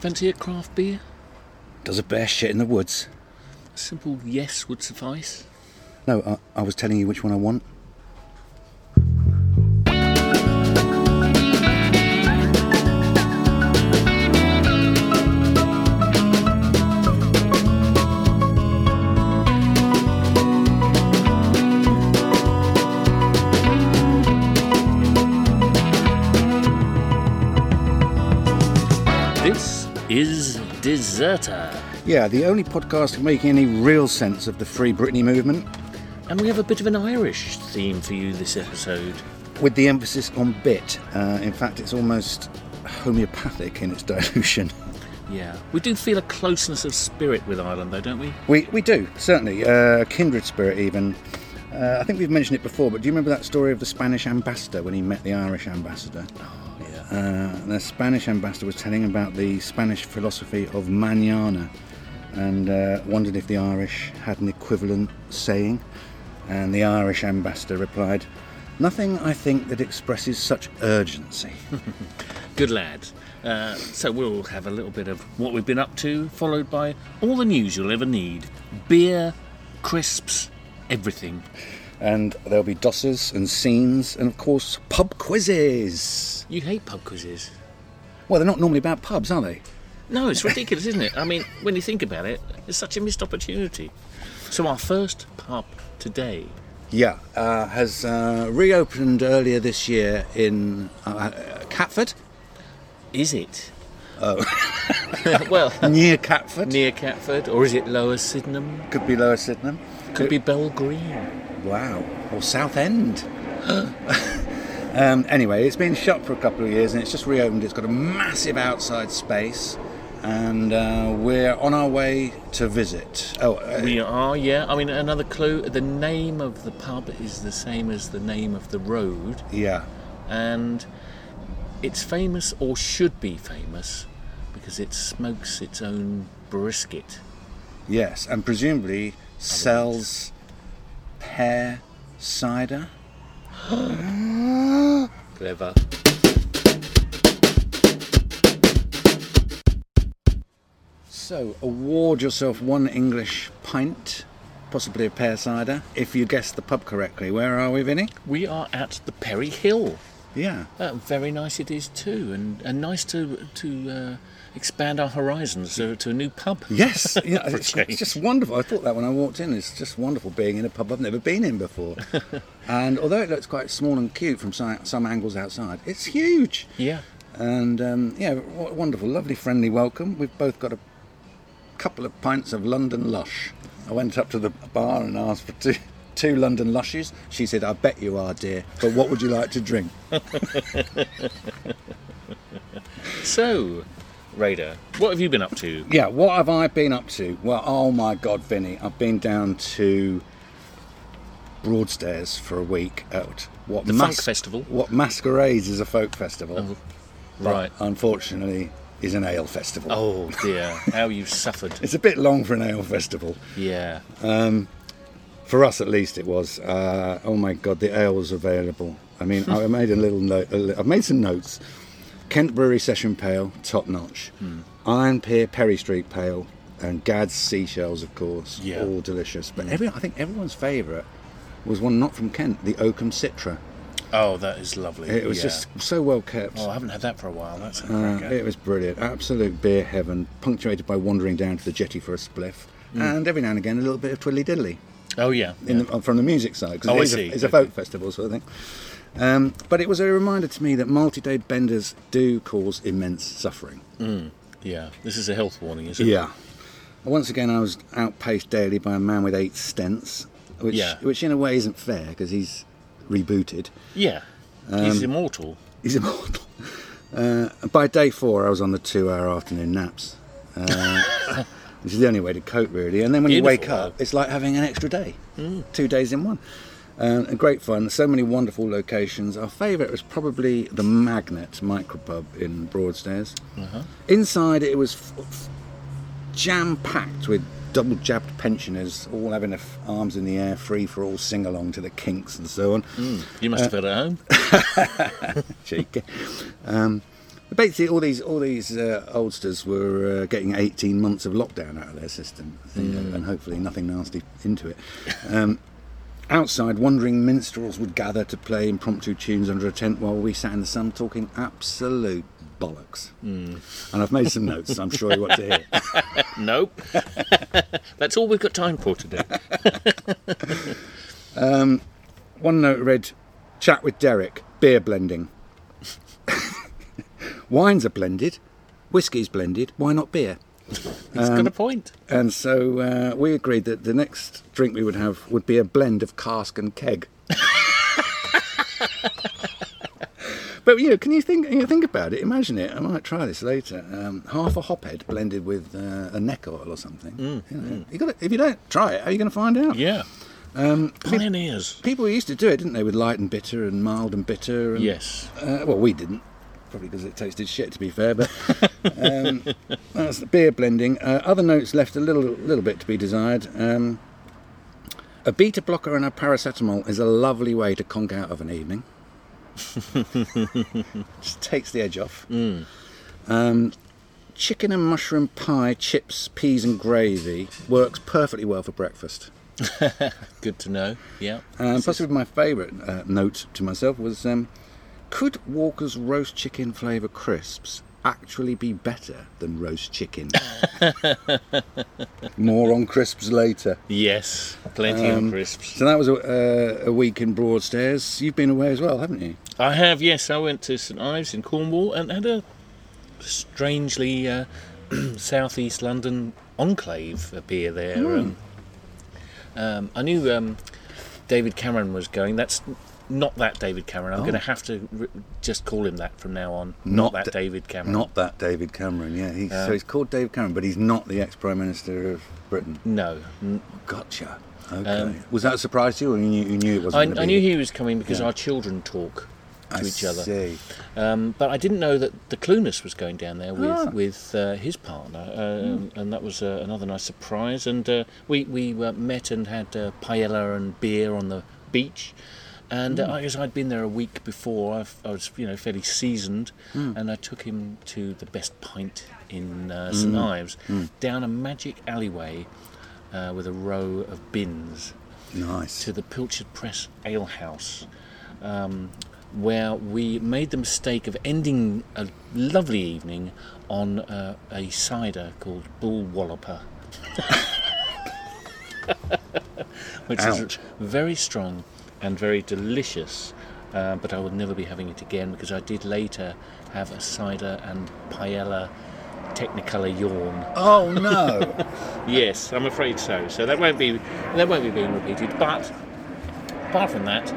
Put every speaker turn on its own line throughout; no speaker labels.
Fancy a craft beer?
Does a bear shit in the woods?
A simple yes would suffice.
No, I, I was telling you which one I want.
This is Deserter,
Yeah, the only podcast making any real sense of the Free Britney movement,
and we have a bit of an Irish theme for you this episode.
with the emphasis on bit. Uh, in fact, it's almost homeopathic in its dilution.
Yeah, we do feel a closeness of spirit with Ireland, though, don't we?
We, we do, certainly. Uh, kindred spirit, even. Uh, I think we've mentioned it before, but do you remember that story of the Spanish ambassador when he met the Irish ambassador?
Yeah.
Uh, the Spanish ambassador was telling about the Spanish philosophy of mañana and uh, wondered if the Irish had an equivalent saying. And the Irish ambassador replied, Nothing, I think, that expresses such urgency.
Good lad. Uh, so we'll have a little bit of what we've been up to, followed by all the news you'll ever need beer, crisps, everything.
and there'll be dosses and scenes and, of course, pub quizzes.
You hate pub quizzes.
Well, they're not normally about pubs, are they?
No, it's ridiculous, isn't it? I mean, when you think about it, it's such a missed opportunity. So our first pub today.
Yeah, uh, has uh, reopened earlier this year in uh, Catford,
Is it? Oh. well,
near Catford.
near Catford, or is it Lower Sydenham?
Could be Lower Sydenham.
Could be Bell Green.
Wow. Or South End. um, anyway, it's been shut for a couple of years and it's just reopened. It's got a massive outside space and uh, we're on our way to visit. Oh, uh,
We are, yeah. I mean, another clue the name of the pub is the same as the name of the road,
yeah.
and it's famous, or should be famous, because it smokes its own brisket.
Yes. And presumably sells pear cider.
Clever.
So, award yourself one English pint, possibly a pear cider, if you guessed the pub correctly. Where are we, Vinny?
We are at the Perry Hill.
Yeah.
Uh, very nice it is too, and, and nice to to uh, expand our horizons to, to a new pub.
Yes, yeah,
For a
it's,
change.
it's just wonderful. I thought that when I walked in, it's just wonderful being in a pub I've never been in before. and although it looks quite small and cute from some, some angles outside, it's huge.
Yeah,
And um, yeah, w- wonderful, lovely, friendly welcome. We've both got a couple of pints of London Lush. I went up to the bar and asked for two, two London Lushes. She said, "I bet you are, dear. But what would you like to drink?"
So, Raider, what have you been up to?
Yeah, what have I been up to? Well, oh my God, Vinny, I've been down to Broadstairs for a week at what
The Funk Festival. Oh.
What masquerades is a folk festival, but
Right.
Unfortunately, is an ale festival.
Oh dear, how you've suffered.
It's a bit long for an ale festival.
Yeah.
For us, at least, it was. Uh, oh my God, the ale was available. I mean, I
Hmm.
made a little note. a li- I've made some notes. Kent Brewery Session Pale, top notch.
Hmm.
Iron Pier Perry Street Pale, and Gad's Seashells, of course.
Yeah. Hmm.
All delicious. But every, I think everyone's favourite was one not from Kent, the Oakham Citra.
Oh, that is lovely.
It was
Yeah.
just so well kept.
Oh, I haven't had that for a while. That's a
Uh,
cracker.
it was brilliant. Absolute beer heaven, punctuated by wandering down to the jetty for a spliff.
Hmm.
And every now and again, a little bit of twiddly diddly
Oh yeah.
in
yeah.
the, from the music side because
Oh, I
it's,
see.
a, it's a folk festival sort of thing. Um, but it was a reminder to me that multi-day benders do cause immense suffering.
Yeah. This is a health warning, is it?
Once again, I was outpaced daily by a man with eight stents, which,
Yeah.
which in a way isn't fair because he's rebooted.
Yeah.
Um,
He's immortal.
He's immortal. Uh, by day four, I was on the two-hour afternoon naps. Uh, this is the only way to cope, really. And then when you wake
Beautiful,
up, it's like having an extra day, two days in one. Um, and great fun. So many wonderful locations. Our favourite was probably the Magnet micropub in Broadstairs. Inside, it was f- f- jam-packed with double-jabbed pensioners, all having their f- arms in the air, free for all, sing-along to the Kinks
Hmm.
and so on
You must have had it at home.
cheeky. Um, But basically, all these all these uh, oldsters were uh, getting 18 months of lockdown out of their system, you know, and hopefully nothing nasty into it. Um, outside, wandering minstrels would gather to play impromptu tunes under a tent while we sat in the sun talking absolute bollocks. And I've made some notes. I'm sure you want to hear.
Nope. That's all we've got time for today.
One note read, chat with Derek, beer blending. Wines are blended, whiskey's blended, why not beer?
He's
Um,
got a point.
And so uh, we agreed that the next drink we would have would be a blend of cask and keg. but you know, can you think you know, think about it? Imagine it. I might try this later. Um, half a hophead blended with uh, a neck oil or something. you know, you got if you don't try it, how are you going to find out?
Yeah. Um, Pioneers.
People used to do it, didn't they? With light and bitter and mild and bitter. And,
Yes.
Uh, well, we didn't. Probably because it tasted shit, to be fair. But um, that's the beer blending. Uh, other notes left a little little bit to be desired. Um, a beta blocker and a paracetamol is a lovely way to conk out of an evening. Just takes the edge off. Um, chicken and mushroom pie, chips, peas, and gravy works perfectly well for breakfast.
Good to know. Yeah.
Um, possibly my favourite uh, note to myself was um, could Walker's roast chicken flavour crisps actually be better than roast chicken? More on crisps later.
Yes. Plenty
Um,
of crisps.
So that was a, uh, a week in Broadstairs. You've been away as well, haven't you?
I have, yes. I went to St Ives in Cornwall and had a strangely uh, southeast London enclave appear there.
Hmm.
Um, um, I knew um, David Cameron was going. That's not that David Cameron. I'm going to have to re- just call him that from now on. Not,
Oh. Not
that
Da-
David Cameron. Uh,
Not that David Cameron. Yeah, he's,
Yeah.
so he's called Dave Cameron, but he's not the ex-prime minister of Britain.
No, n-
Gotcha. Okay. was that a surprise to you, or you knew, you knew it wasn't?
Um, I,
gonna
I
be-
knew he was coming because
Yeah.
our children talk to
I
each other.
see.
Um, but I didn't know that the Clunas was going down there with
Ah.
with uh, his partner, um, and that was uh, another nice surprise. And uh, we we uh, met and had uh, paella and beer on the beach. And uh, I guess I'd been there a week before. I've, I was, you know, fairly seasoned, and I took him to the best pint in uh, St Ives, down a magic alleyway uh, with a row of bins
Nice.
to the Pilchard Press Ale House, um, where we made the mistake of ending a lovely evening on uh, a cider called Bull Walloper. Which
Ouch.
is very strong and very delicious, uh, but I will never be having it again because I did later have a cider and paella technicolor yawn.
Oh no.
Yes, I'm afraid so. So that won't be that won't be being repeated. But apart from that,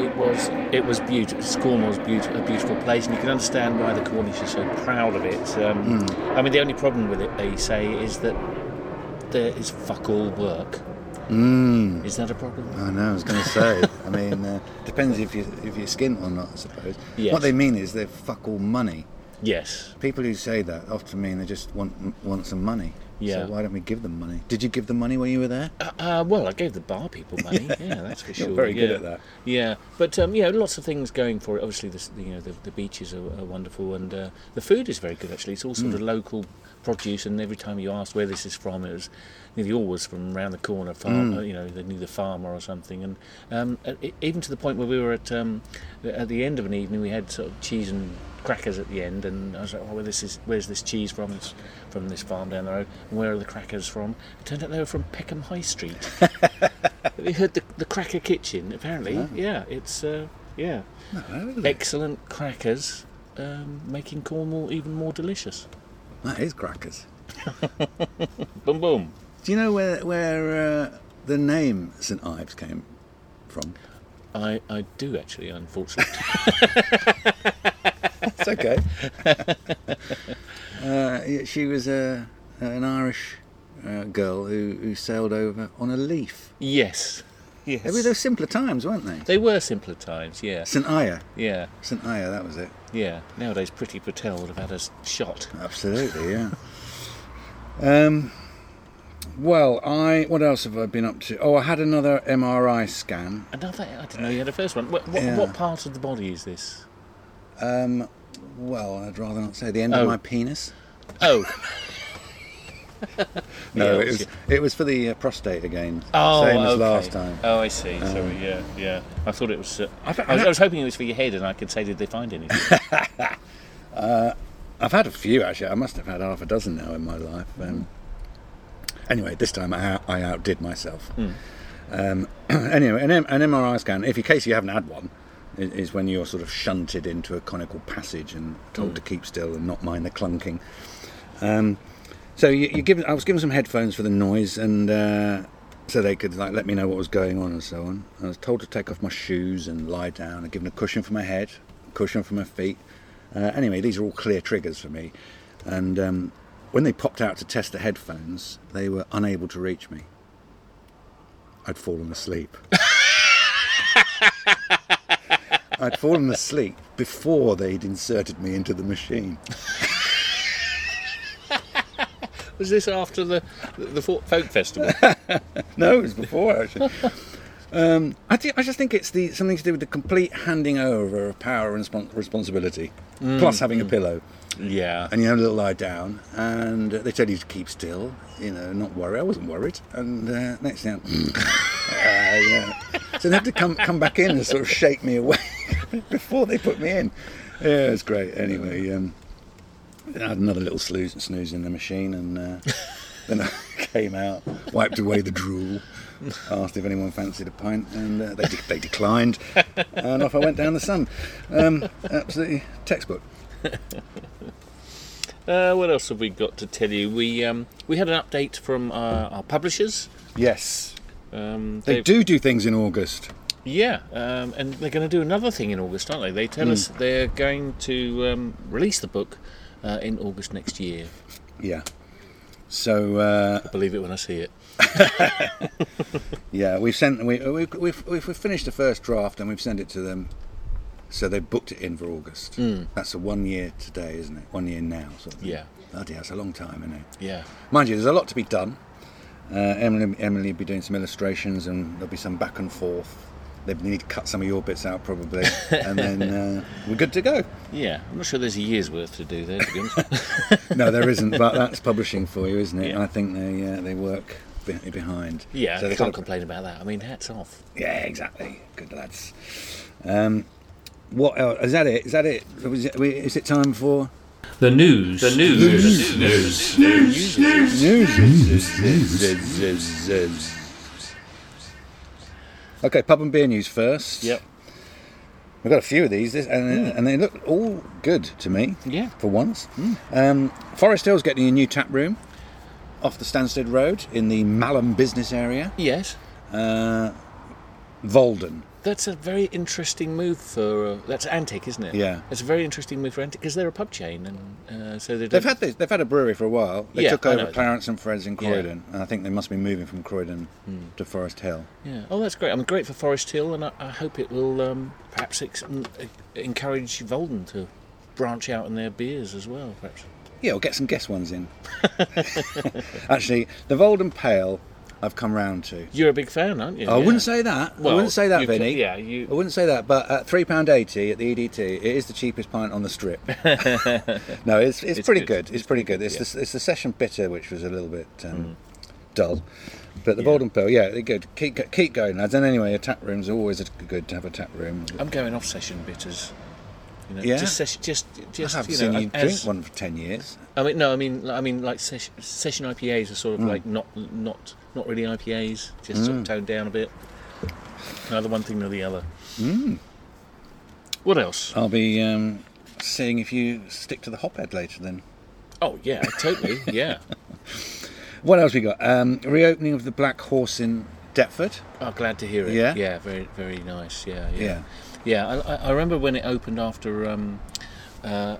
it was it was beautiful. Cornwall's beaut a beautiful place, and you can understand why the Cornish are so proud of it. Um,
Hmm.
I mean, the only problem with it, they say, is that there is fuck all work.
Hmm.
Is that a problem?
I know. I was going to say. I mean, uh, depends if you if you're skint or not, I suppose.
Yes.
What they mean is they fuck all money.
Yes.
People who say that often mean they just want want some money.
Yeah.
So why don't we give them money? Did you give them money when you were there?
Uh, uh, well, I gave the bar people money. yeah. that's for sure.
You're very good
yeah.
at that.
Yeah, but um, yeah, lots of things going for it. Obviously, this, you know, the, the beaches are, are wonderful, and uh, the food is very good. Actually, it's all sort of local produce, and every time you ask where this is from, it was nearly always from round the corner farm. You know, they knew the farmer or something, and um, uh, e- even to the point where we were at um, at the end of an evening, we had sort of cheese and crackers at the end, and I was like, oh, well, this is where's this cheese from? It's from this farm down the road. And where are the crackers from? It turned out they were from Peckham High Street. You heard the, the cracker kitchen, apparently. Yeah, it's uh, yeah,
Hmm.
excellent crackers, um, making Cornwall even more delicious.
That is crackers.
Boom boom.
Do you know where where uh, the name St Ives came from?
I, I do actually, unfortunately.
It's okay. uh, yeah, she was a an Irish uh, girl who, who sailed over on a leaf.
yes, yes.
They were those simpler times, weren't they?
They were simpler times. Yeah,
St Aya.
yeah,
St Aya, that was it.
yeah. Nowadays, Pretty Patel would have had us shot.
Absolutely, yeah. um, well, I what else have I been up to? Oh, I had another MRI scan.
Another. I didn't know you had a first one. What, what,
Yeah.
what part of the body is this?
Um, Well, I'd rather not say the end
Oh.
of my penis.
Oh,
No,
Yeah,
it was it was for the uh, prostate again.
oh,
same as
okay.
last time. Um,
Oh, I see. Sorry, yeah, yeah. I thought it was. Uh, I,
I've-
was
I've
I
had-
was hoping it was for your head, and I could say, did they find anything?
I've had a few actually. I must have had half a dozen now in my life. Um, anyway, this time I, out, I outdid myself. Um, anyway, an, M- an MRI scan, if in case you haven't had one, i- is when you're sort of shunted into a conical passage and told to keep still and not mind the clunking. Um, so you, you given, I was given some headphones for the noise, and uh, so they could like let me know what was going on and so on. I was told to take off my shoes and lie down, and given a cushion for my head, cushion for my feet. Uh, anyway, these are all clear triggers for me. And um, when they popped out to test the headphones, they were unable to reach me. I'd fallen asleep. I'd fallen asleep before they'd inserted me into the machine.
was this after the the Folk Folk Festival?
No, it was before actually. Um, I, thi- I just think it's the something to do with the complete handing over of power and respons- responsibility, plus having a pillow
yeah.
and you have a little lie down, and uh, they tell you to keep still, you know, not worry. I wasn't worried, and uh, next thing, I'm- uh, yeah. So they had to come come back in and sort of shake me awake before they put me in. Yeah, it was great. Anyway, um, I had another little snooze, snooze in the machine, and uh, then I came out, wiped away the drool, asked if anyone fancied a pint, and uh, they, de- they declined, and off I went down the sun. Um, absolutely textbook.
Uh, what else have we got to tell you? We um, we had an update from uh, our publishers.
Yes.
Um,
They
they've-
do do things in August.
Yeah, um, and they're going to do another thing in August, aren't they? They tell us they're going to um, release the book uh, in August next year.
Yeah. So uh,
Believe it when I see it.
yeah, we've sent we we we've, we've, we've finished the first draft and we've sent it to them. So they booked it in for August. That's a one year today, isn't it? One year now. Sort of thing.
Yeah.
Bloody, hell, that's a long time, isn't it?
Yeah.
Mind you, there's a lot to be done. Uh, Emily Emily will be doing some illustrations and there'll be some back and forth. They need to cut some of your bits out probably, and then uh, we're good to go.
Yeah, I'm not sure there's a year's worth to do there, to be honest.
No, there isn't, but that's publishing for you, isn't it?
Yeah.
I think they uh, they work be- behind.
yeah,
so
they
they
can't
gotta-
complain about that. I mean, hats off.
Yeah, exactly. Good lads. Um, what else? Is that it? Is that it? Was it we- is it time for
The news. The news. News. News.
news? okay, pub and beer news first. We've got a few of these, this, and, and they look all good to me.
Hmm. Yeah. Hmm.
For once. Um, Forest Hill's getting a new tap room off the Stansted Road in the Malham business area.
Yes.
Uh, Volden.
That's a very interesting move for. Uh, that's Antic, isn't it?
Yeah.
It's a very interesting move for Antic because they're a pub chain, and uh, so they
They've
don't.
had this, they've had a brewery for a while. They
Yeah,
took
I know
over
that.
Clarence and Fred's in
Yeah. Hmm.
Croydon, and I think they must be moving from Croydon to Forest Hill.
Yeah. Oh, that's great. I'm great for Forest Hill, and I, I hope it will um, perhaps ex- en- encourage Volden to branch out in their beers as well, perhaps.
Yeah, we'll get some guest ones in. Actually, the Volden Pale, I've come round to.
You're a big fan, aren't you?
I
Yeah.
wouldn't say that. I
Well,
wouldn't say that,
you can-
Vinny.
yeah, you-
I wouldn't say that. But at three pound eighty at the EDT, it is the cheapest pint on the strip. no, it's, it's
It's
pretty
good.
good. It's pretty good. It's, the, it's the session bitter, which was a little bit um,
Mm.
dull. But the Bolden Pearl, yeah, they're good. Keep go- keep going, lads. And anyway, a tap room's always a- good to have a tap room.
I'm going off session bitters. You know,
Yeah.
Just, ses- just,
I
just.
haven't
you
seen
know,
you
as-
drink one for ten years.
I mean, no, I mean, I mean, like session, session IPAs are sort of like not, not, not really IPAs, just sort of toned down a bit. Neither one thing nor the other. What else?
I'll be um, seeing if you stick to the hophead later then.
Oh yeah, totally. Yeah.
What else we got? Um, reopening of the Black Horse in Deptford.
Oh, glad to hear it.
Yeah?
Yeah. Very, very nice. Yeah. Yeah.
Yeah.
Yeah, I, I- I remember when it opened after. Um, uh,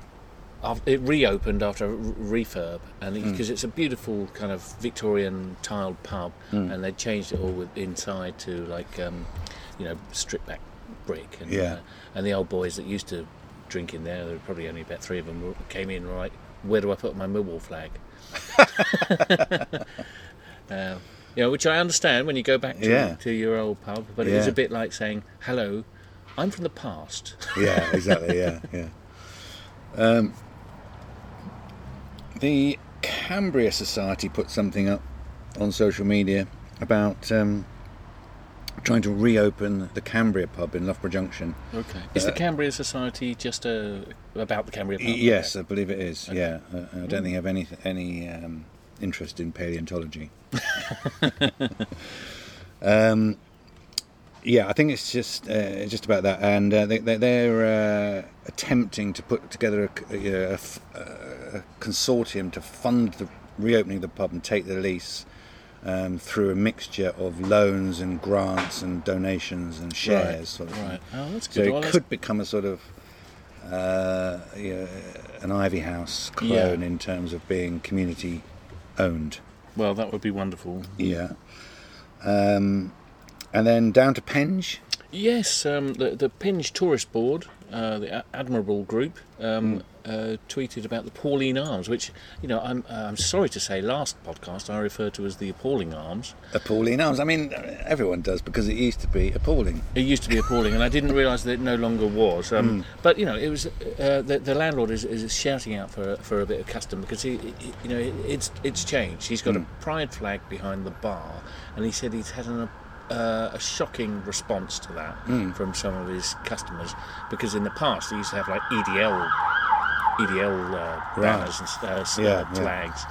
af- it reopened after a re- refurb, and
Hmm.
because it's a beautiful kind of Victorian tiled pub,
Hmm.
and they changed it all with, inside to like, um, you know, stripped back brick, and uh,
Yeah.
and the old boys that used to drink in there, there were probably only about three of them were- came in. Right, where do I put my Millwall flag? um, you know, which I understand when you go back to,
Yeah.
to your old pub, but it
Yeah.
is a bit like saying, "Hello, I'm from the past."
Yeah, exactly. Yeah, yeah. Um, The Cambria Society put something up on social media about um, trying to reopen the Cambria pub in Loughborough Junction.
Okay. Is
Uh,
the Cambria Society just a, about the Cambria?
Y-
Park?
Yes, I believe it is. Yeah, I, I don't think I have any any um, interest in paleontology. um, yeah, I think it's just uh, just about that, and uh, they, they, they're uh, attempting to put together a, c- a- a f- uh, a consortium to fund the reopening of the pub and take the lease. Um, through a mixture of loans and grants and donations and shares, sort of thing.
Right. Oh, that's
So
good. Well,
it
that's-
could become a sort of uh, you know, an Ivy House
Yeah.
clone in terms of being community owned.
well, that would be wonderful.
Yeah. Um, and then down to Penge.
Yes, um, the, the Penge Tourist Board, uh, the a- admirable group, um,
Mm.
uh, tweeted about the Pauline Arms, which, you know, I'm, uh, I'm sorry to say, last podcast I referred to as the Appalling Arms.
Appalling arms. I mean, everyone does because it used to be appalling.
It used to be appalling, and I didn't realise that it no longer was.
Mm.
Um, But you know, it was uh, the, the landlord is, is shouting out for for a bit of custom because he, he- you know, it's it's changed. He's
Mm.
got a pride flag behind the bar, and he said he's had an. Uh, a shocking response to that
Mm.
from some of his customers because in the past he used to have like E EDL, EDL uh, banners and s- uh, s- uh,
Yeah, yeah.
flags,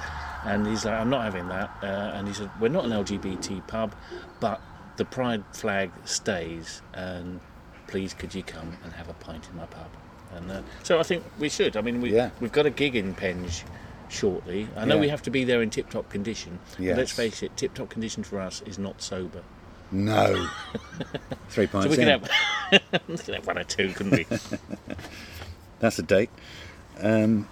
and he's like, I'm not having that. Uh, and he said, We're not an LGBT pub, but the pride flag stays, and please could you come and have a pint in my pub? And uh, so I think we should. I mean, we,
Yeah.
we've got a gig in Penge shortly. I know
Yeah.
we have to be there in tip top condition. but
Yes.
Let's face it, tip top condition for us is not sober.
No. Three pints
So we
in.
can have, we can have one or two, couldn't we?
That's a date. Um,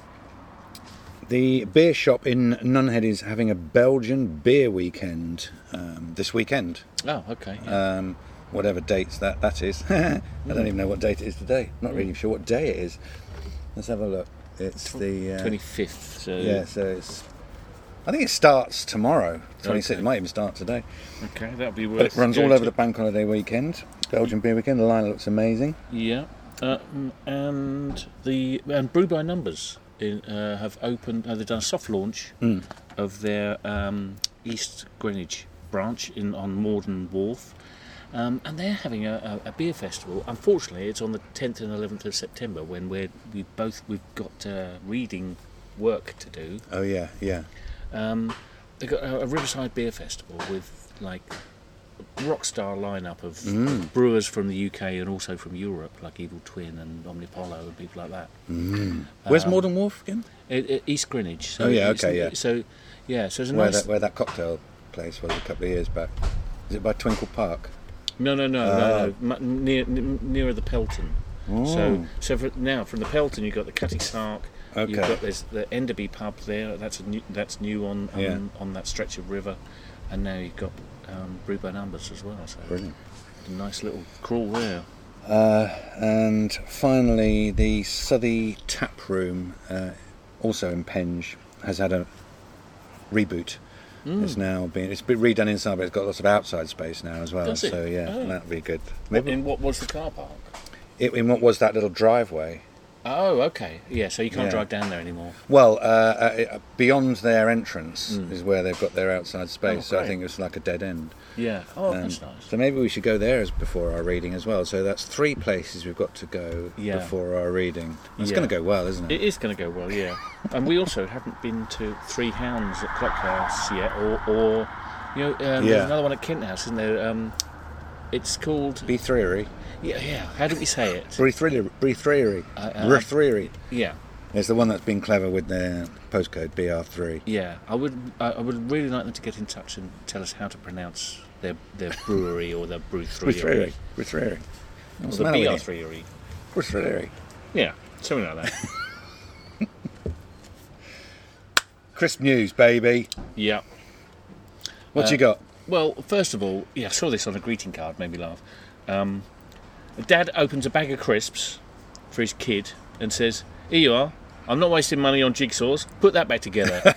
the beer shop in Nunhead is having a Belgian beer weekend um, this weekend.
oh, okay. yeah.
um, whatever dates that that is. I don't even know what date it is today. I'm not really sure what day it is. Let's have a look. It's the uh,
25th. So
yeah. So it's. I think it starts tomorrow. 26th.
Okay.
It might even start today.
Okay, that'll be worth
But it runs all
going
over
to.
the bank holiday weekend. Belgian beer weekend. The line looks amazing.
Yeah, um, and the and Brew by Numbers in, uh, have opened. Uh, they've done a soft launch of their um, East Greenwich branch in on Morden Wharf, um, and they're having a, a, a beer festival. Unfortunately, it's on the 10th and 11th of September when we're we both we've got uh, reading work to do.
Oh yeah, yeah.
Um, they got a, a Riverside Beer Festival with like rock star lineup of
Mm.
brewers from the UK and also from Europe, like Evil Twin and Omnipolo and people like that.
Where's Morden Wharf again?
It, it- East Greenwich. So
Oh, yeah,
it's-
okay, yeah.
So yeah, so it's a
Where
nice.
that where that cocktail place was a couple of years back. Is it by Twinkle Park?
No, no, no,
Ah.
no, no. mu- Near, n- nearer the Pelton.
Oh.
So, so for now from the Pelton, you've got the Cutty Sark. You've
Okay.
got this, the Enderby pub there. That's a new, that's new on on,
Yeah.
on that stretch of river, and now you've got um, Brew by Numbers as well. So
Brilliant.
a nice little crawl there.
And finally, the Southey Tap Room, uh, also in Penge, has had a reboot.
Mm.
It's now been it's been redone inside, but it's got lots of outside space now as well.
Does it?
So yeah,
Oh.
that'd be good. Maybe
In what was the car park?
it, in what was that little driveway?
Oh, okay. Yeah, so you can't
Yeah.
drive down there anymore.
Well, uh, uh, uh, beyond their entrance is where they've got their outside space. so I
Mm. Oh, great.
think it's like a dead end.
Yeah. Oh,
Um,
that's nice.
So maybe we should go there as before our reading as well. So that's three places we've got to go
Yeah.
before our reading. It's
Yeah.
going to go well, isn't
It is going to go well, yeah. and we also haven't been to Three Hounds at Clock House yet, or, or you know, um,
Yeah.
there's another one at Kent House, isn't there? Um, it's called.
Be three.
Yeah, yeah. How do we say it?
Breathreary. Breathreary.
I- I-
Breathreary.
Yeah,
It's the one that's been clever with their postcode BR3.
yeah. I would, I, I would really like them to get in touch and tell us how to pronounce their their brewery or their brew
Breathreary.
three
Breathreary. What's
the
the matter
BR
with you?
three E.
Breathreary.
Yeah, something like that.
Crisp news, baby.
yeah.
What
Uh,
you got?
Well, first of all, yeah, I saw this on a greeting card, made me laugh. Um, a dad opens a bag of crisps for his kid and says, Here you are. I'm not wasting money on jigsaws. Put that back together.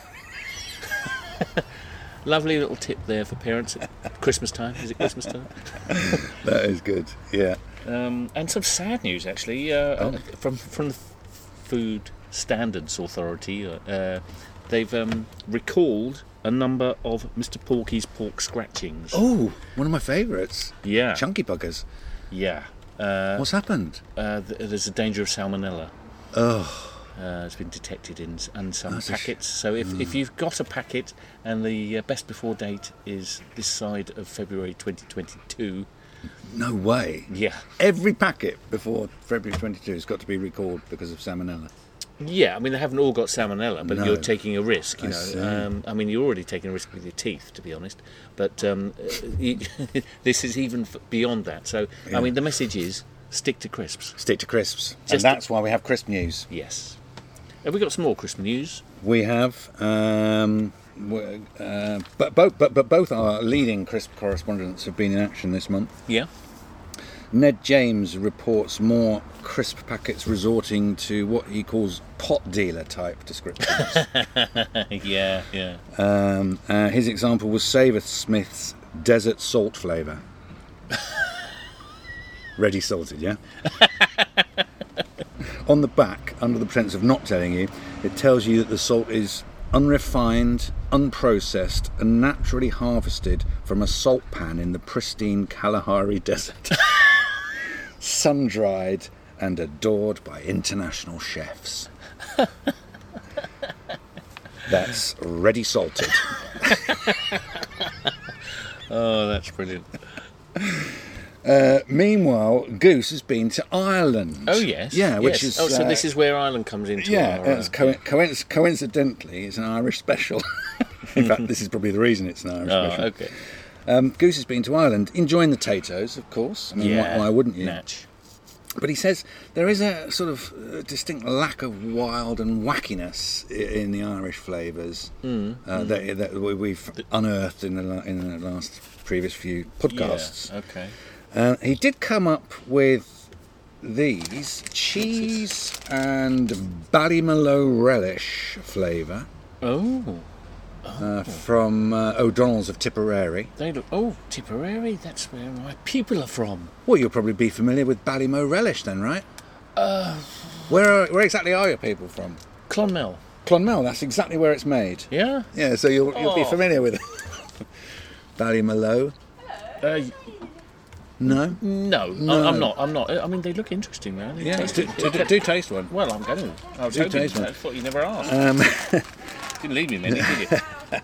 Lovely little tip there for parents at Christmas time. Is it Christmas time?
That is good. Yeah.
Um, and some sad news, actually, uh,
Oh.
from from the food Standards Authority, uh, they've um, recalled a number of Mr. Porky's pork scratchings.
Oh, one of my favourites.
yeah,
Chunky buggers.
yeah. Uh,
What's happened?
uh, th- there's a danger of salmonella.
Oh,
Uh, it's been detected in, s- in some
That's a sh- mm.
packets. So if, if you've got a packet and the uh, best before date is this side of February 2022,
no way.
yeah,
Every packet before February 22 has got to be recalled because of salmonella.
yeah. I mean, they haven't all got salmonella, but
No.
you're taking a risk. You
I
know,
see.
Um, I mean, you're already taking a risk with your teeth, to be honest. But um, uh, you, this is even f- beyond that. So
Yeah.
I mean, the message is stick to crisps.
Stick to crisps. and
Just-
that's why we have crisp news.
Yes. Have we got some more crisp news?
We have, um, w- uh, but, both, but, but both our leading crisp correspondents have been in action this month.
Yeah.
Ned James reports more crisp packets resorting to what he calls pot dealer type descriptions.
yeah. Yeah.
um, uh, his example was Saver Smith's desert salt flavour. Ready salted, yeah? On the back, under the pretense of not telling you, it tells you that the salt is unrefined, unprocessed, and naturally harvested from a salt pan in the pristine Kalahari Desert. sun dried and adored by international chefs. That's ready salted.
Oh, that's brilliant.
Meanwhile, Goose has been to Ireland.
Oh yes.
Yeah,
yes.
which is
oh, so
uh,
this is where Ireland comes into.
yeah.
our, uh,
That's co- coinc- coincidentally, it's an Irish special. In fact, this is probably the reason it's an Irish
Oh,
special.
okay.
Um, Goose has been to Ireland, enjoying the potatoes, of course. I mean, why, why wouldn't you?
Natch.
But he says there is a sort of uh, distinct lack of wild and wackiness i- in the Irish flavours
Hmm.
uh, That, that we- we've unearthed in the, la- in the last previous few podcasts.
Yeah. Okay.
Uh, he did come up with these cheese and Ballymallow relish flavour
Oh,
uh, from uh, O'Donnell's of Tipperary.
they look. Oh, Tipperary. That's where my people are from.
Well, you'll probably be familiar with Ballymo relish then, right? Uh, where, are, where exactly are your people from?
Clonmel.
Clonmel, that's exactly where it's made.
Yeah.
Yeah, so you'll, you'll be
Oh.
familiar with it. Ballymallow?
Uh, y- Mm,
No?
no, I, I'm not. I'm not. I mean, they look interesting, man. They
Yeah,
taste-
do, do, do, do taste one.
Well, I'm going. to. I was
Do
hoping.
taste one.
I thought you never asked.
Um,
Didn't leave me many, did you?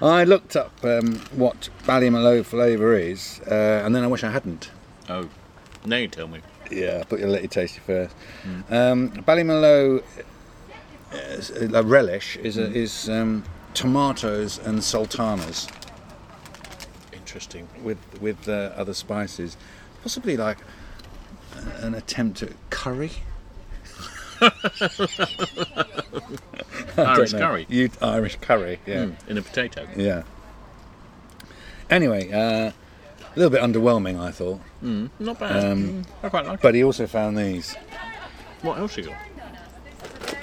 I looked up um, what Ballymallow flavour is, uh, and then I wish I hadn't.
Oh, now you tell me.
Yeah, but you'll let you taste it first.
Hmm.
Um, Ballymallow uh, is- a relish is,
Hmm.
a, is um, tomatoes and sultanas
Interesting.
with with uh, other spices, possibly like uh, an attempt at curry. I don't
Irish
know.
curry.
You Irish curry, yeah,
Mm, in a potato.
yeah. Anyway, uh, a little bit underwhelming, I thought.
Not bad.
Um,
Mm, I quite like
But he also found these.
it. What else you got?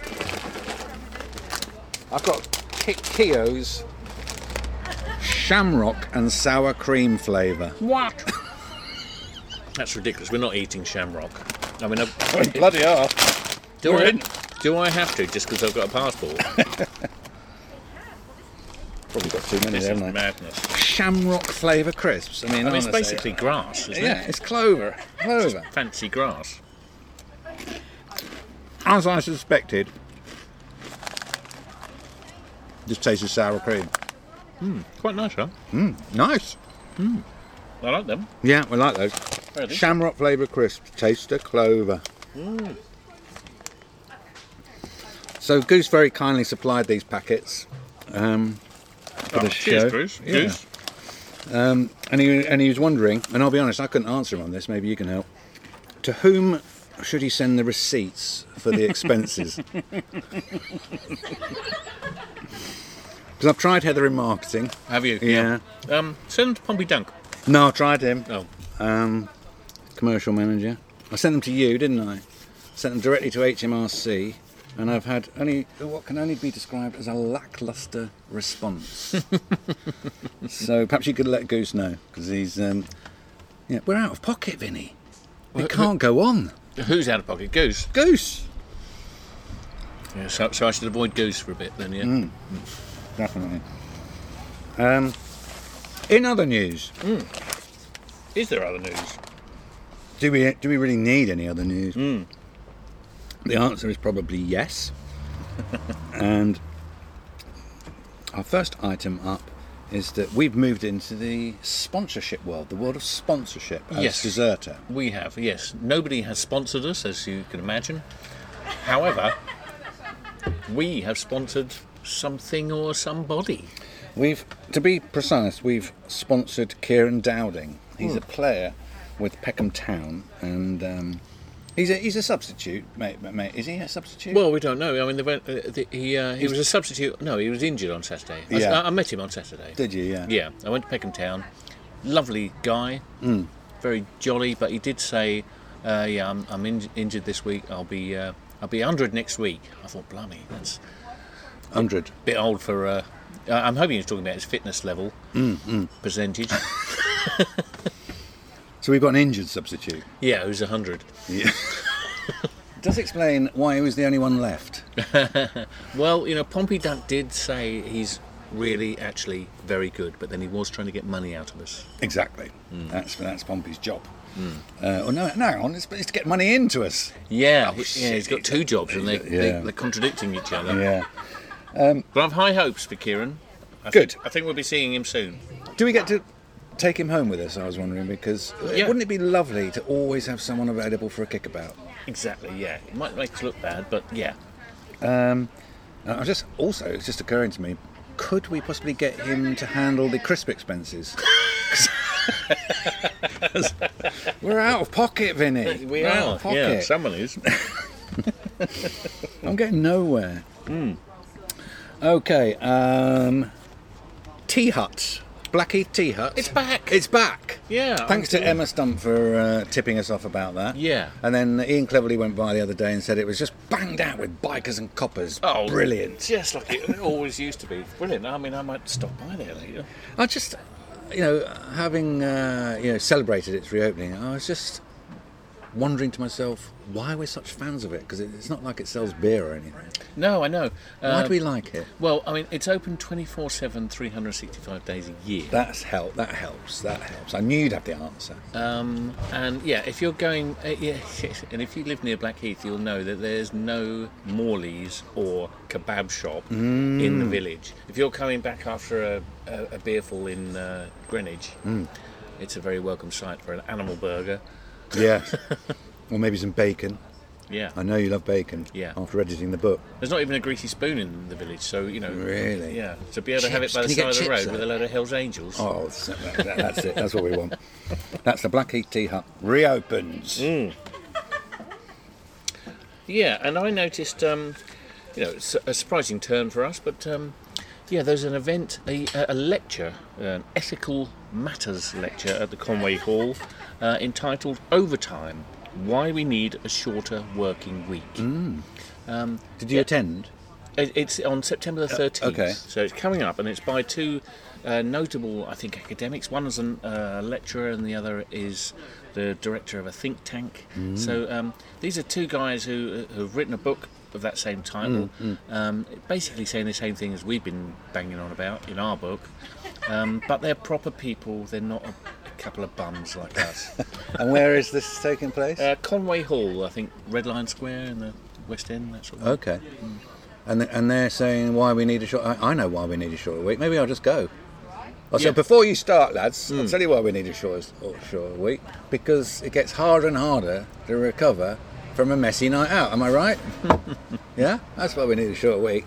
I've got Ki- Keogh's shamrock and sour cream flavour.
What? That's ridiculous. We're not eating shamrock. I mean, I've,
Bloody are.
Do
We're
I,
in.
do I have to just because I've got a passport?
Probably got too many,
This is
haven't I?
madness.
Shamrock flavour crisps. I mean,
I mean, it's
honestly,
basically grass, isn't
Yeah,
it?
it's clover. Clover.
Fancy grass.
As I suspected, just tastes of sour cream.
Quite nice, huh?
Nice.
I like them.
Yeah, we like those.
Really?
Shamrock flavour crisps, taste of clover.
Mm.
So Goose very kindly supplied these packets um, for
Oh,
the
cheers,
show.
Bruce.
Yeah.
Cheers.
And he and he was wondering, and I'll be honest, I couldn't answer him on this. Maybe you can help. To whom should he send the receipts for the expenses? Because I've tried Heather in marketing.
Have you?
Yeah.
Um, send Pompey Dunk.
No, I tried him.
Oh,
um, commercial manager. I sent them to you, didn't I? Sent them directly to HMRC, and I've had only what can only be described as a lackluster response. so perhaps you could let Goose know because he's um, yeah, we're out of pocket, Vinny. We
Wh-
can't go on,
who's out of pocket? Goose.
Goose.
Yeah, so, so I should avoid goose for a bit then, yeah.
Mm. definitely. Um, in other news,
Is there other news?
do we do we really need any other news?
Hmm.
The answer is probably yes. and our first item up is that we've moved into the sponsorship world, the world of sponsorship as
Yes.
deserter.
We have, yes. Nobody has sponsored us, as you can imagine. However, we have sponsored something or somebody.
We've, to be precise, we've sponsored Kieran Dowding.
Hmm.
He's a player with Peckham Town, and um, he's a he's a substitute, mate. mate is he a substitute?
Well, we don't know. I mean, the, uh, the, he uh, he was a substitute. No, he was injured on Saturday. I-
Yeah.
I, I met him on Saturday.
did you? Yeah.
Yeah, I went to Peckham Town. Lovely guy,
Mm.
very jolly, but he did say, uh, "Yeah, I'm, I'm in, injured this week. I'll be uh, I'll be 100 next week." I thought, "Blimey, that's
Hundred.
a bit old for." Uh, I- I'm hoping he's talking about his fitness level
Mm,
percentage.
So we've got an injured substitute.
yeah, who's 100?
Yeah. Does explain why he was the only one left.
Well, you know, Pompey Duck did say he's really actually very good, but then he was trying to get money out of us.
Exactly.
Hmm.
That's that's Pompey's job. Uh, well, no, no, it's, it's to get money into us.
Yeah, he- yeah,
shit,
he's got
he's
two
a-
jobs and they,
he's a-
they,
yeah.
they're contradicting each other.
Yeah.
But I've high hopes for Kieran. I
Good.
Think, I think we'll be seeing him soon.
Do we get to take him home with us? I was wondering because
Yeah.
wouldn't it be lovely to always have someone available for a kickabout?
Exactly, yeah. It might make us look bad, but yeah.
Uh, I just also it's just occurring to me, could we possibly get him to handle the crisp expenses? 'Cause we're out of pocket, Vinny. We're out of pocket.
yeah. Someone is.
I'm getting nowhere.
Hmm.
Okay. Um, tea huts, Blackheath tea huts.
It's back.
It's back.
Yeah,
Thanks to
absolutely.
Emma Stump for uh, tipping us off about that.
Yeah.
And then Ian Cleverly went by the other day and said it was just banged out with bikers and coppers.
Oh,
brilliant!
Just like it always used to be. Brilliant. I mean, I might stop by there later.
I just, you know, having uh, you know celebrated its reopening, I was just wondering to myself why we're such fans of it because it's not like it sells beer or anything.
No, I know.
Why
Uh,
do we like it?
Well, I mean, it's open 24 7, 365 days a year.
That's help. That helps. That helps. I knew you'd have the answer.
Um, and yeah, if you're going, uh, yeah, and if you live near Blackheath, you'll know that there's no Morley's or kebab shop in
Mm.
the village. If you're coming back after a, a, a beerful in uh, Greenwich,
Mm.
it's a very welcome sight for an animal burger.
yeah. Or maybe some bacon.
Yeah,
I know you love bacon.
Yeah.
After editing the book.
there's not even a greasy spoon in the village, so you know.
Really?
Yeah, to be able to have it
Chips.
by the
Can you get
side of the
chips
road
there?
with a load of Hell's Angels.
Oh, that's, that- that- that's it. That's what we want. That's the Blackheath Tea Hut reopens.
Mm. Yeah, and I noticed, um, you know, it's a surprising turn for us, but um, yeah, there's an event, a, a lecture, an ethical matters lecture at the Conway Hall uh, entitled Overtime Why We Need a Shorter Working Week.
Did you attend?
It, it's on September the 13th.
Uh, okay.
So it's coming up, and it's by two uh, notable, I think, academics. One is a uh, lecturer, and the other is the director of a think tank.
Mm.
So um, these are two guys who uh, who have written a book of that same title,
Mm,
um, basically saying the same thing as we've been banging on about in our book. Um, but they're proper people, they're not a couple of bums like us.
And where is this taking place?
uh, Conway Hall, I think, Red Lion Square in the West End, that sort of thing.
okay. And th- and they're saying why we need a short. I, I know why we need a shorter week. Maybe I'll just go. I said
Yeah. Hmm.
before you start, lads. I'll tell you why we need a shorter, or shorter week because it gets harder and harder to recover from a messy night out. Am I right? yeah, that's why we need a shorter week.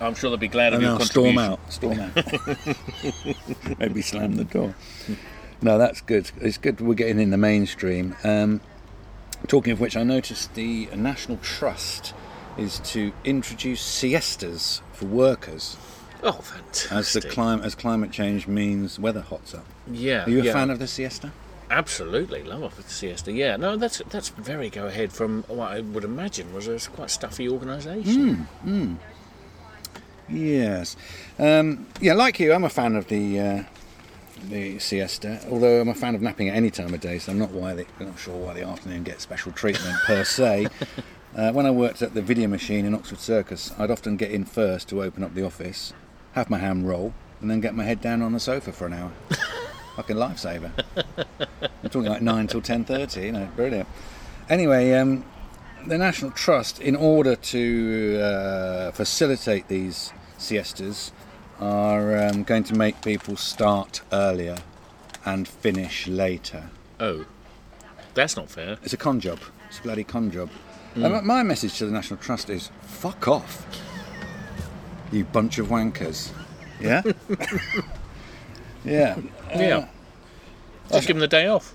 I'm sure they'll be glad of
and
your
I'll storm
contribution.
out. Storm out. Maybe slam the door. No, that's good. It's good we're getting in the mainstream. Um, talking of which, I noticed the National Trust is to introduce siestas for workers
Oh, fantastic.
as the clim- as climate change means weather hots up.
Yeah.
Are you a
yeah.
fan of the siesta?
Absolutely, love off with the siesta. Yeah, no, that's that's very go ahead from what I would imagine was a quite stuffy
Hmm.
organisation.
Yes. Um, yeah, like you, I'm a fan of the uh, the siesta. Although I'm a fan of napping at any time of day, so I'm not why the, I'm not sure why the afternoon gets special treatment per se. Uh, when I worked at the video machine in Oxford Circus, I'd often get in first to open up the office, have my ham roll, and then get my head down on the sofa for an hour. Fucking lifesaver. I'm talking like nine till ten thirty. You know, brilliant. Anyway, um, the National Trust, in order to uh, facilitate these siestas, are um, going to make people start earlier and finish later.
Oh, that's not fair.
It's a con job. It's a bloody con job. And my message to the National Trust is fuck off, you bunch of wankers. Yeah? yeah.
yeah. Just give them the day off.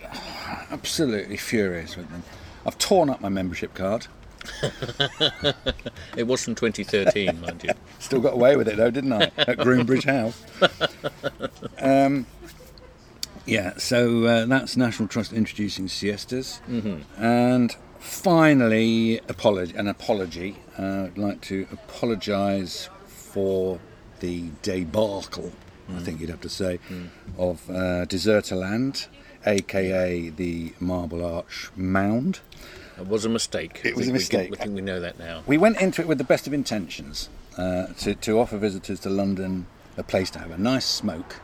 Absolutely furious with them. I've torn up my membership card.
It was from 2013, mind you.
Still got away with it though, didn't I? At Groombridge House. Um, yeah, so uh, that's National Trust introducing siestas, and finally, apology. An apology. Uh, I'd like to apologise for the debacle. I think you'd have to say of uh, Deserterland, aka the Marble Arch Mound.
It was a mistake. We-
It was a
we can-
mistake.
I think we know that now.
We went into it with the best of intentions uh, to, to offer visitors to London a place to have a nice smoke.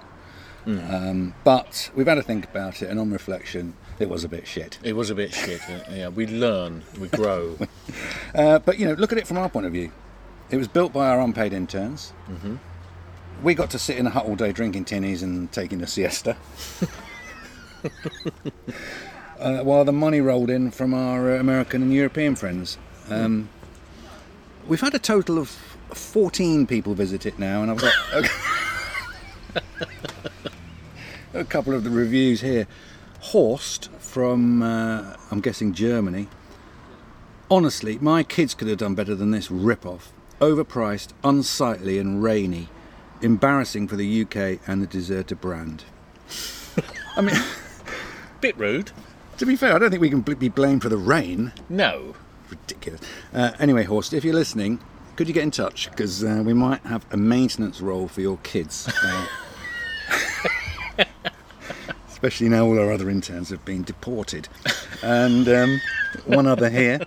Um, but we've had to think about it, and on reflection, it was a bit shit.
It was a bit shit. uh, Yeah, we learn, we grow.
Uh, but you know, look at it from our point of view. It was built by our unpaid interns. Mm-hmm. We got to sit in a hut all day drinking tinnies and taking a siesta. uh, while the money rolled in from our uh, American and European friends. Um, We've had a total of 14 people visit it now, and I've got a, a couple of the reviews here. Horst from, uh, I'm guessing, Germany. Honestly, my kids could have done better than this rip-off. Overpriced, unsightly, and rainy. Embarrassing for the UK and the deserter brand. I mean,
bit rude.
to be fair, I don't think we can bl- be blamed for the rain.
No.
Ridiculous. Uh, anyway, Horst, if you're listening, could you get in touch? Because uh, we might have a maintenance role for your kids. Uh, especially now all our other interns have been deported. And um, one other here.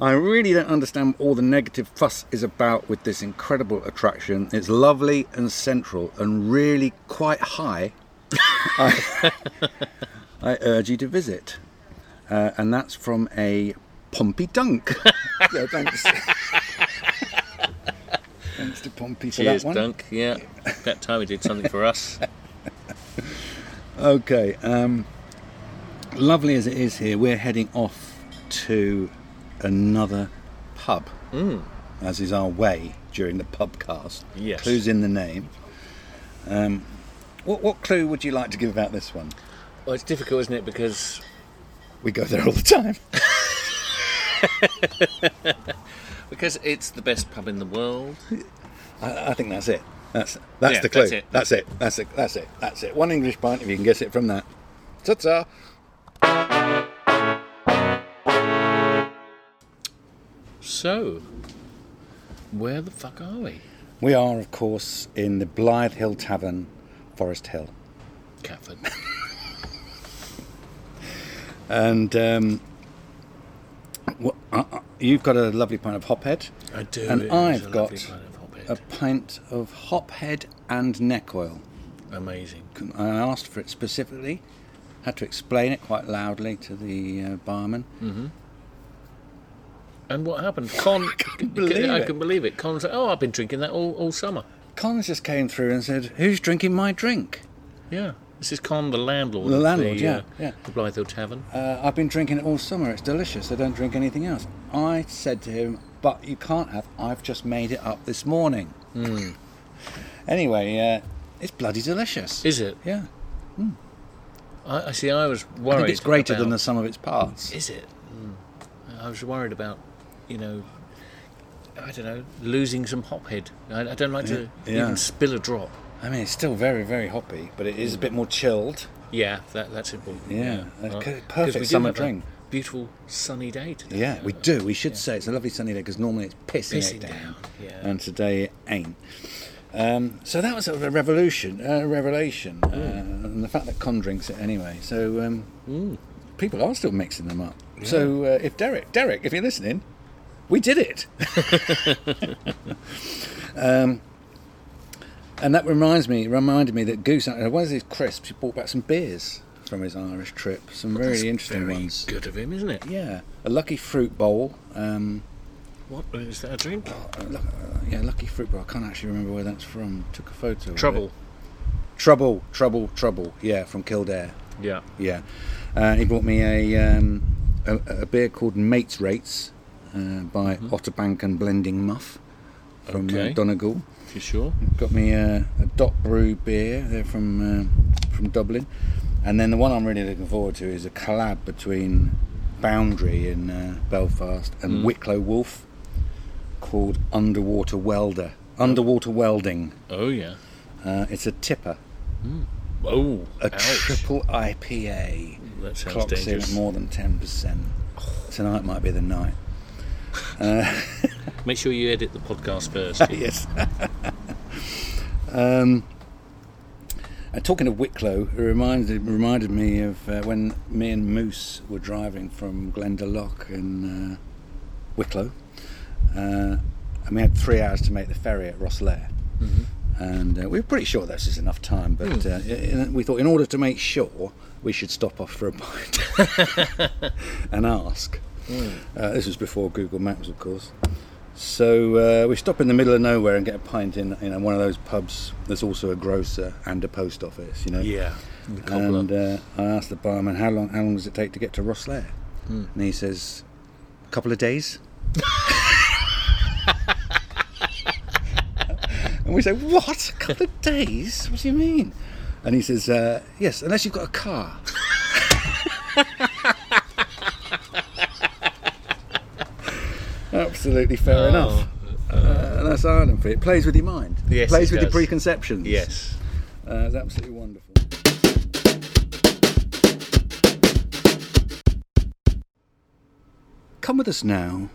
I really don't understand what all the negative fuss is about with this incredible attraction. It's lovely and central and really quite high. I, I urge you to visit. Uh, and that's from a Pompey Dunk. so thanks. thanks to Pompey for
Cheers,
that one.
Dunk. Yeah. that time he did something for us.
Okay. Um, lovely as it is here, we're heading off to another pub,
Hmm.
as is our way during the pubcast.
Yes.
Clues in the name. Um, what, what clue would you like to give about this one?
Well, it's difficult, isn't it? Because
We go there all the time.
because it's the best pub in the world.
I, I think that's it. That's that's
Yeah,
the clue.
that's it.
That's it. That's it. That's it. That's it. One English pint if you can guess it from that. Ta-ta.
So, where the fuck are we?
We are, of course, in the Blythe Hill Tavern, Forest Hill.
Catford.
And um, wha- uh, uh, you've got a lovely pint of hophead,
I do.
and
it was
I've
a
got
lovely kind of hobbit.
a pint of hophead and neck oil.
amazing.
Can- I asked for it specifically, had to explain it quite loudly to the uh, barman.
And what happened? Con, I
couldn't believe
I
it.
couldn't believe it. Con's like, oh, I've been drinking that all, all summer.
Collins just came through and said, "Who's drinking my drink?"
Yeah. This is Con, the landlord.
The
of
landlord,
the,
yeah,
uh,
yeah.
The Blythe Hill Tavern.
Uh, I've been drinking it all summer. It's delicious. I don't drink anything else. I said to him, "But you can't have. I've just made it up this morning." anyway, uh, it's bloody delicious.
Is it?
yeah.
I, I see. I was worried.
I think it's greater
about-
than the sum of its parts.
Is it? Hmm. I was worried about, you know, I don't know, losing some hophead. I, I don't like to
Yeah.
even spill a drop.
I mean, it's still very, very hoppy, but it is a bit more chilled.
Yeah, that, that's important.
Yeah, Uh, a
Right.
c-
'Cause
perfect
we do
summer
have a
drink.
Beautiful sunny day today.
Yeah, we do. We should say it's a lovely sunny day because normally it's pissing,
Pissing
it down,
down, yeah.
and today it ain't. Um, so that was sort of a revolution, a revelation, uh, and the fact that Con drinks it anyway. So um, people are still mixing them up. So uh, if Derek, Derek, if you're listening, we did it. um, and that reminds me, reminded me that Goose, uh, one of these crisps, he brought back some beers from his Irish trip. Some
That's
very interesting
very
ones.
Good of him, isn't it?
Yeah, a lucky fruit bowl. Um,
What is that a drink?
uh, lu- uh, yeah, lucky fruit bowl. I can't actually remember where that's from. Took a photo. of it.
Trouble.
Trouble, trouble, trouble. Yeah, from Kildare.
Yeah.
Yeah, uh, he brought me a, um, a a beer called Mates Rates uh, by Otterbank and Blending Muff from
Mm-hmm. Okay.
uh, Donegal.
For sure.
Got me a, a Dot Brew beer. They're from uh, from Dublin, and then the one I'm really looking forward to is a collab between Boundary in uh, Belfast
Mm.
and Wicklow Wolf called Underwater Welder. Underwater Welding.
Oh yeah.
Uh, it's a tipper,
Oh.
a
ouch.
triple IPA
That sounds
clocks
dangerous. Oh.
in more than ten percent. Tonight might be the night.
Make sure you edit the podcast first.
yes. um, uh, talking of Wicklow, it reminded reminded me of uh, when me and Moose were driving from Glendalough in uh, Wicklow, uh, and we had three hours to make the ferry at Rosslare. And uh, we were pretty sure this is enough time, but uh, i- i- we thought in order to make sure, we should stop off for a pint and ask. Uh, this was before Google Maps, of course. So uh, we stop in the middle of nowhere and get a pint in you know one of those pubs. There's also a grocer and a post office, you know.
yeah. The cobbler.
And uh, I asked the barman how long how long does it take to get to Rosslare,
Hmm.
and he says, a couple of days. and we say, what? A couple of days? What do you mean? And he says, uh, yes, unless you've got a car. Absolutely fair
Oh.
enough. Uh, and that's Ireland for you. It plays with your mind.
Yes,
plays
it
with your
does.
preconceptions.
yes.
Uh, it's absolutely wonderful. Come with us now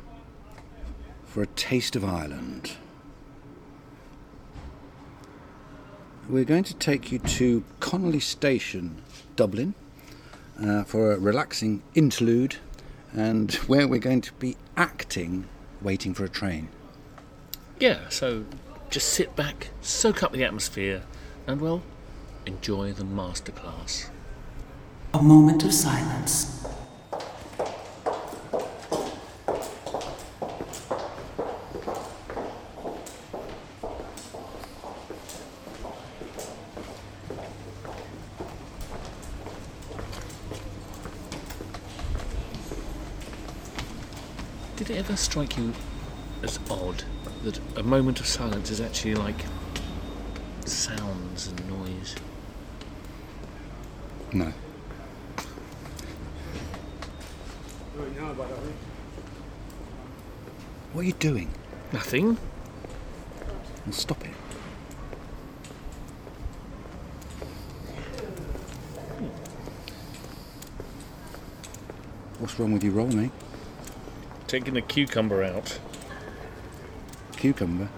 for a taste of Ireland. We're going to take you to Connolly Station, Dublin, uh, for a relaxing interlude and where we're going to be acting waiting for a train.
Yeah. So just sit back, soak up the atmosphere, and well, enjoy the masterclass.
A moment of silence.
Did it ever strike you as odd that a moment of silence is actually like sounds and noise?
No. What are you doing?
Nothing.
Well, stop it. What's wrong with your roll, mate?
Taking the cucumber out.
Cucumber.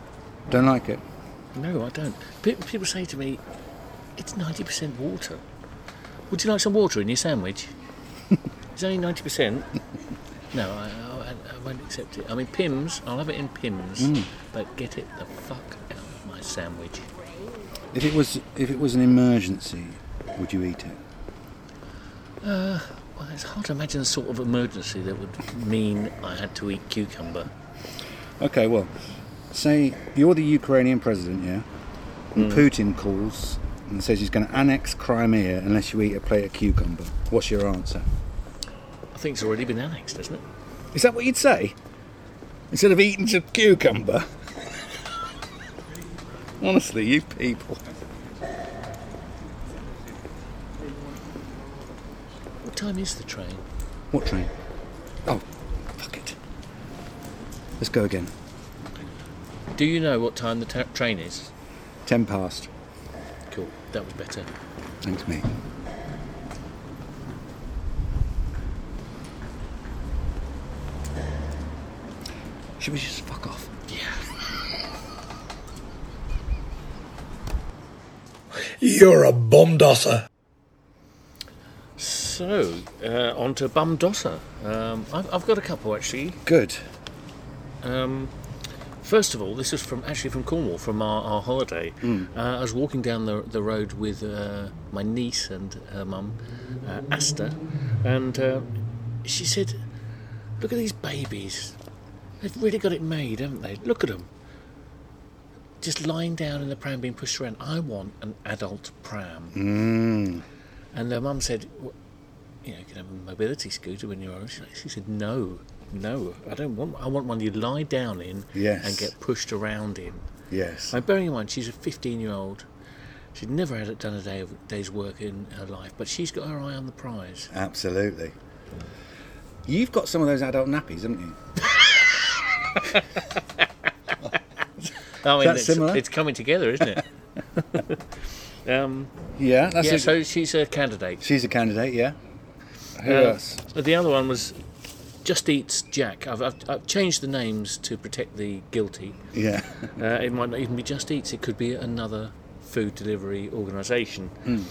Don't like it.
No, I don't. Pe- People say to me, it's 90% water. Would you like some water in your sandwich? it's only 90%. no, I, I, I won't accept it. I mean, Pims, I'll have it in Pims, but get it the fuck out of my sandwich.
If it was if it was an emergency, would you eat it?
Well, it's hard to imagine the sort of emergency that would mean I had to eat cucumber.
Okay, well, say you're the Ukrainian president, yeah? And Putin calls and says he's going to annex Crimea unless you eat a plate of cucumber. What's your answer?
I think it's already been annexed, hasn't it?
Is that what you'd say? Instead of eating some cucumber? Honestly, you people.
What time is the train?
What train? Oh, fuck it. Let's go again.
Do you know what time the ta- train is?
Ten past.
Cool, that was better.
Thanks, mate. Should we just fuck off?
You're a bomdosser.
So, uh, on to Bum Dosser. Um, I've, I've got a couple actually.
Good.
Um, first of all, this was from actually from Cornwall, from our, our holiday. Uh, I was walking down the, the road with uh, my niece and her mum, uh, Asta, and uh, she said, "Look at these babies. They've really got it made, haven't they? Look at them." Just lying down in the pram being pushed around. I want an adult pram.
Mm.
And their mum said, "W- you know, you can have a mobility scooter when you're on. She she said, no, no, I don't want. I want one you lie down in
Yes.
and get pushed around in.
Yes.
And bearing in mind, she's a 15 year old. She'd never had done a day of, day's work in her life, but she's got her eye on the prize.
Absolutely. You've got some of those adult nappies, haven't you?
I mean,
that
it's,
similar?
it's coming together, isn't it? um,
Yeah, that's
yeah,
a-
so she's a candidate.
she's a candidate, yeah. Who
Uh,
else?
The other one was Just Eats Jack. I've, I've, I've changed the names to protect the guilty.
Yeah.
Uh, it might not even be Just Eats. It could be another food delivery organisation.
Hmm.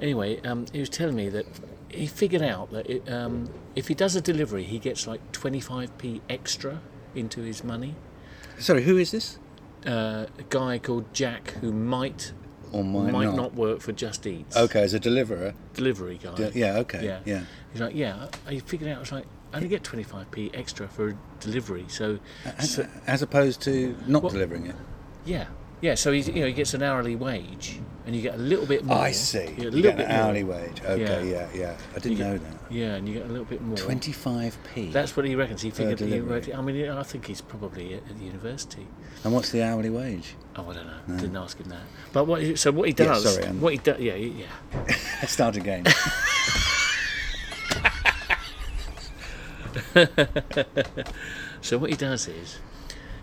Anyway, um, he was telling me that he figured out that it, um, if he does a delivery, he gets like 25p extra into his money.
Sorry, who is this?
Uh, a guy called Jack who might
Or might,
not. work for Just Eats.
Okay, as a deliverer.
Delivery guy.
d- Yeah, okay. Yeah.
He's like, yeah. He figured out. I was like, I only get 25p extra for a delivery. So,
As,
so
as opposed to not
What-
delivering it.
Yeah, yeah. So he's, you know he gets an hourly wage, and you get a little bit more.
I see.
Yeah, a
You
little
get
bit
an
more.
hourly wage. Okay,
Yeah.
yeah, yeah. I didn't
You
know
get-
that.
Yeah, and you get a little bit more.
25p.
That's what he reckons. He figured. He
delivery.
reckon- I mean, yeah, I think he's probably at, at the university.
and what's the hourly wage?
Oh, I don't know. Didn't ask him that. But what? He, so what he
Yeah,
does?
sorry, um,
what he does? Yeah, yeah.
Let's start again.
So what he does is,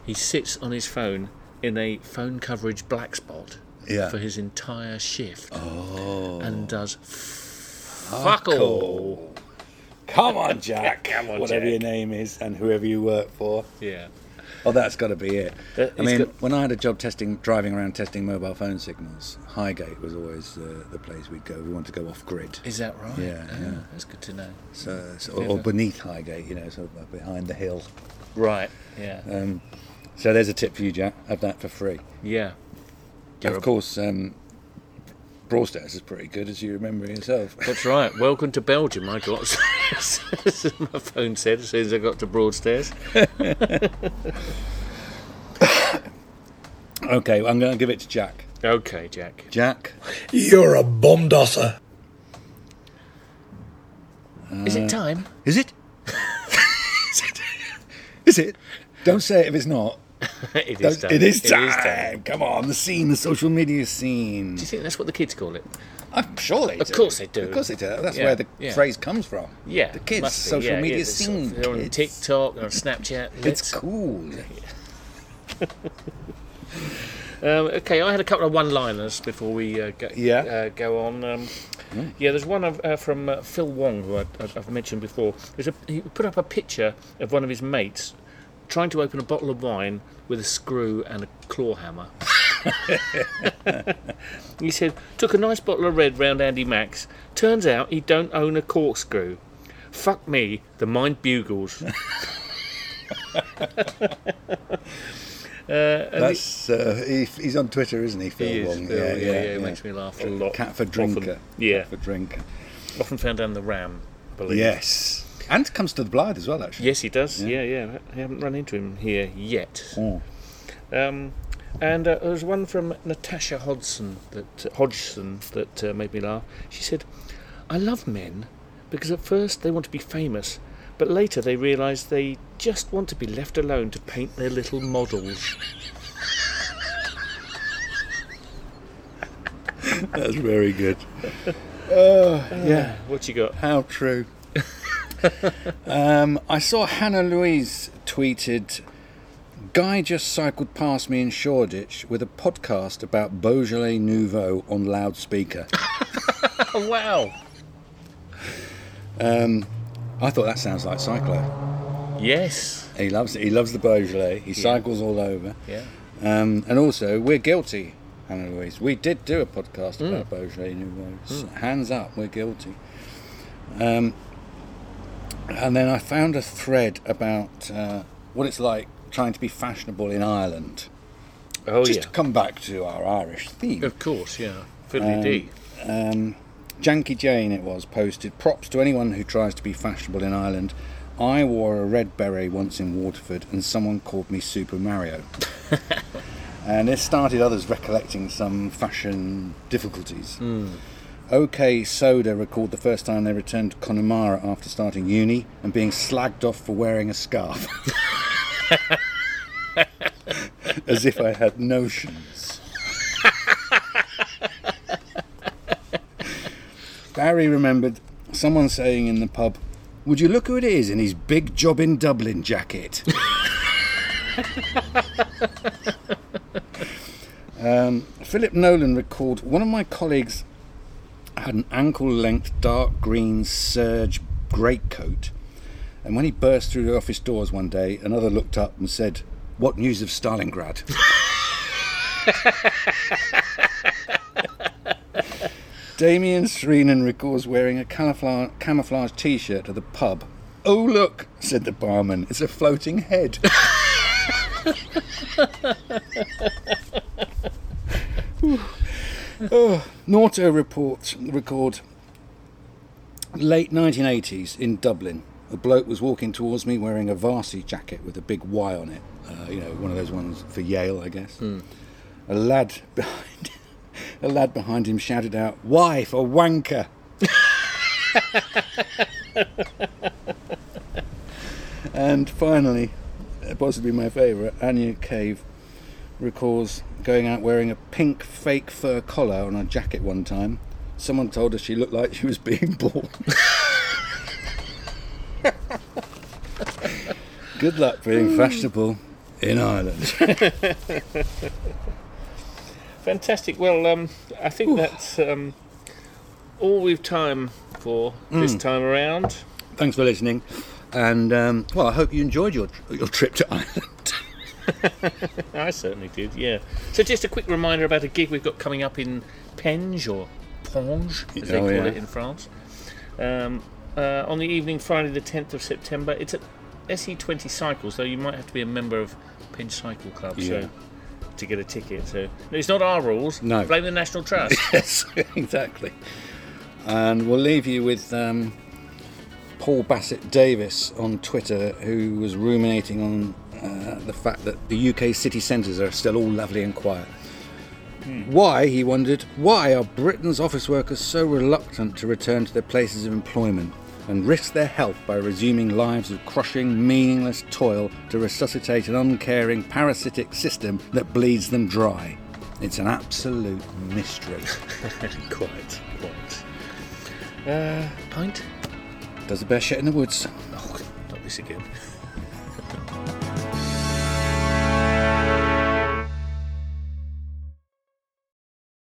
he sits on his phone in a phone coverage black spot
Yeah. Oh.
for his entire shift, and does fuck all.
Come on, Jack.
Come on,
Whatever
Jack.
your name is and whoever you work for.
Yeah.
Oh, that's got to be it.
Uh,
I
he's
mean,
got-
when I had a job testing, driving around testing mobile phone signals, Highgate was always uh, the place we'd go. if We wanted to go off grid, uh,
Is that right?
Yeah,
Oh,
yeah.
That's good to know.
so, so- or, or beneath Highgate, you know, sort of like behind the hill.
Right. Yeah.
Um, so there's a tip for you, Jack. Have that for free.
yeah. You're a-
of course, um, Broadstairs is pretty good, as you remember yourself.
That's right. Welcome to Belgium. I got my phone said as soon as I got to Broadstairs.
okay, I'm going to give it to Jack.
Okay, Jack.
Jack,
You're a bombasser.
Is
Uh,
it time?
is it? is it? Don't say it if it's not.
it
Don't-
is time.
It is time. Come on, the scene, the social media scene.
Do you think that's what the kids call it?
I'm sure they do.
Of course they do.
Of course they do. That's
Yeah,
where the
yeah.
phrase comes from.
Yeah.
The kids,
must be.
social
Yeah, yeah,
media
they're sort
scene.
of- They're on
kids.
TikTok, they're on Snapchat.
It's
let's-
cool.
Um, okay, I had a couple of one-liners before we uh, go,
Yeah.
uh, go on. Um, Yeah, there's one of, uh, from uh, Phil Wong who I, I've I've mentioned before. There's a, he put up a picture of one of his mates trying to open a bottle of wine with a screw and a claw hammer. he said, "Took a nice bottle of red round Andy Max. Turns out he don't own a corkscrew. Fuck me, the mind bugles."
That's uh, he, he's on Twitter, isn't he? Phil
He is,
Wong?
Phil, yeah, yeah, it makes me laugh a lot.
Cat for
Often.
drinker.
Yeah.
Cat for drinker.
Often found down the ram, I believe.
Yes. And comes to the Blythe as well, actually.
Yes, he does. Yeah, yeah. I haven't run into him here yet.
Oh.
Um, and uh, there was one from Natasha Hodgson that uh, Hodgson that uh, made me laugh. She said, "I love men because at first they want to be famous, but later they realise they just want to be left alone to paint their little models."
That's very good. oh, yeah.
What you got?
How true. um, I saw Hannah Louise tweeted Guy just cycled past me in Shoreditch with a podcast about Beaujolais Nouveau on loudspeaker.
Oh wow!
I thought that sounds like Cyclo.
Yes.
He loves it. He loves the Beaujolais. He cycles all over.
Yeah.
Um, and also, we're guilty, Hannah Louise. We did do a podcast
Hmm.
about Beaujolais Nouveau. S- Hands up, we're guilty. Um, and then I found a thread about uh, what it's like trying to be fashionable in Ireland.
Oh
Just
yeah,
to come back to our Irish theme.
of course, yeah. Fiddly D.
um, Janky Jane, it was, posted props to anyone who tries to be fashionable in Ireland. I wore a red beret once in Waterford and someone called me Super Mario. and this started others recollecting some fashion difficulties. OK Soda recalled the first time they returned to Connemara after starting uni and being slagged off for wearing a scarf. As if I had notions. Barry remembered someone saying in the pub, Would you look who it is in his big job in Dublin jacket? um, Philip Nolan recalled one of my colleagues had an ankle length dark green serge greatcoat, and when he burst through the office doors one day, another looked up and said, What news of Stalingrad? Damien Sreenan recalls wearing a camouflage, camouflage t shirt at the pub. Oh, look, said the barman, it's a floating head. oh, Norto report, record late 1980s in Dublin. A bloke was walking towards me wearing a varsity jacket with a big Y on it. Uh, you know, one of those ones for Yale, I guess. A lad behind a lad behind him shouted out, Why for wanker? and finally, uh, possibly my favourite, Anya Cave recalls going out wearing a pink fake fur collar on her jacket one time. Someone told her she looked like she was being born. Good luck being fashionable in Ireland.
Fantastic. Well, um, I think that's um, all we've time for
Mm.
this time around.
Thanks for listening. And um, well, I hope you enjoyed your your trip to Ireland.
I certainly did. Yeah. So just a quick reminder about a gig we've got coming up in Penge or Penge, as they
Oh,
call
yeah.
it in France. Um, uh, on the evening, Friday the 10th of September. It's at SE20 Cycles, though you might have to be a member of Penge Cycle Club
Yeah.
so, to get a ticket. So no, it's not our rules.
No.
Blame the National Trust.
Yes, exactly. And we'll leave you with um, Paul Bassett Davis on Twitter, who was ruminating on uh, the fact that the UK city centres are still all lovely and quiet. Why, he wondered, why are Britain's office workers so reluctant to return to their places of employment and risk their health by resuming lives of crushing, meaningless toil to resuscitate an uncaring, parasitic system that bleeds them dry? It's an absolute mystery.
quite, quite. Uh, pint?
Does the best shit in the woods.
Oh, not this again.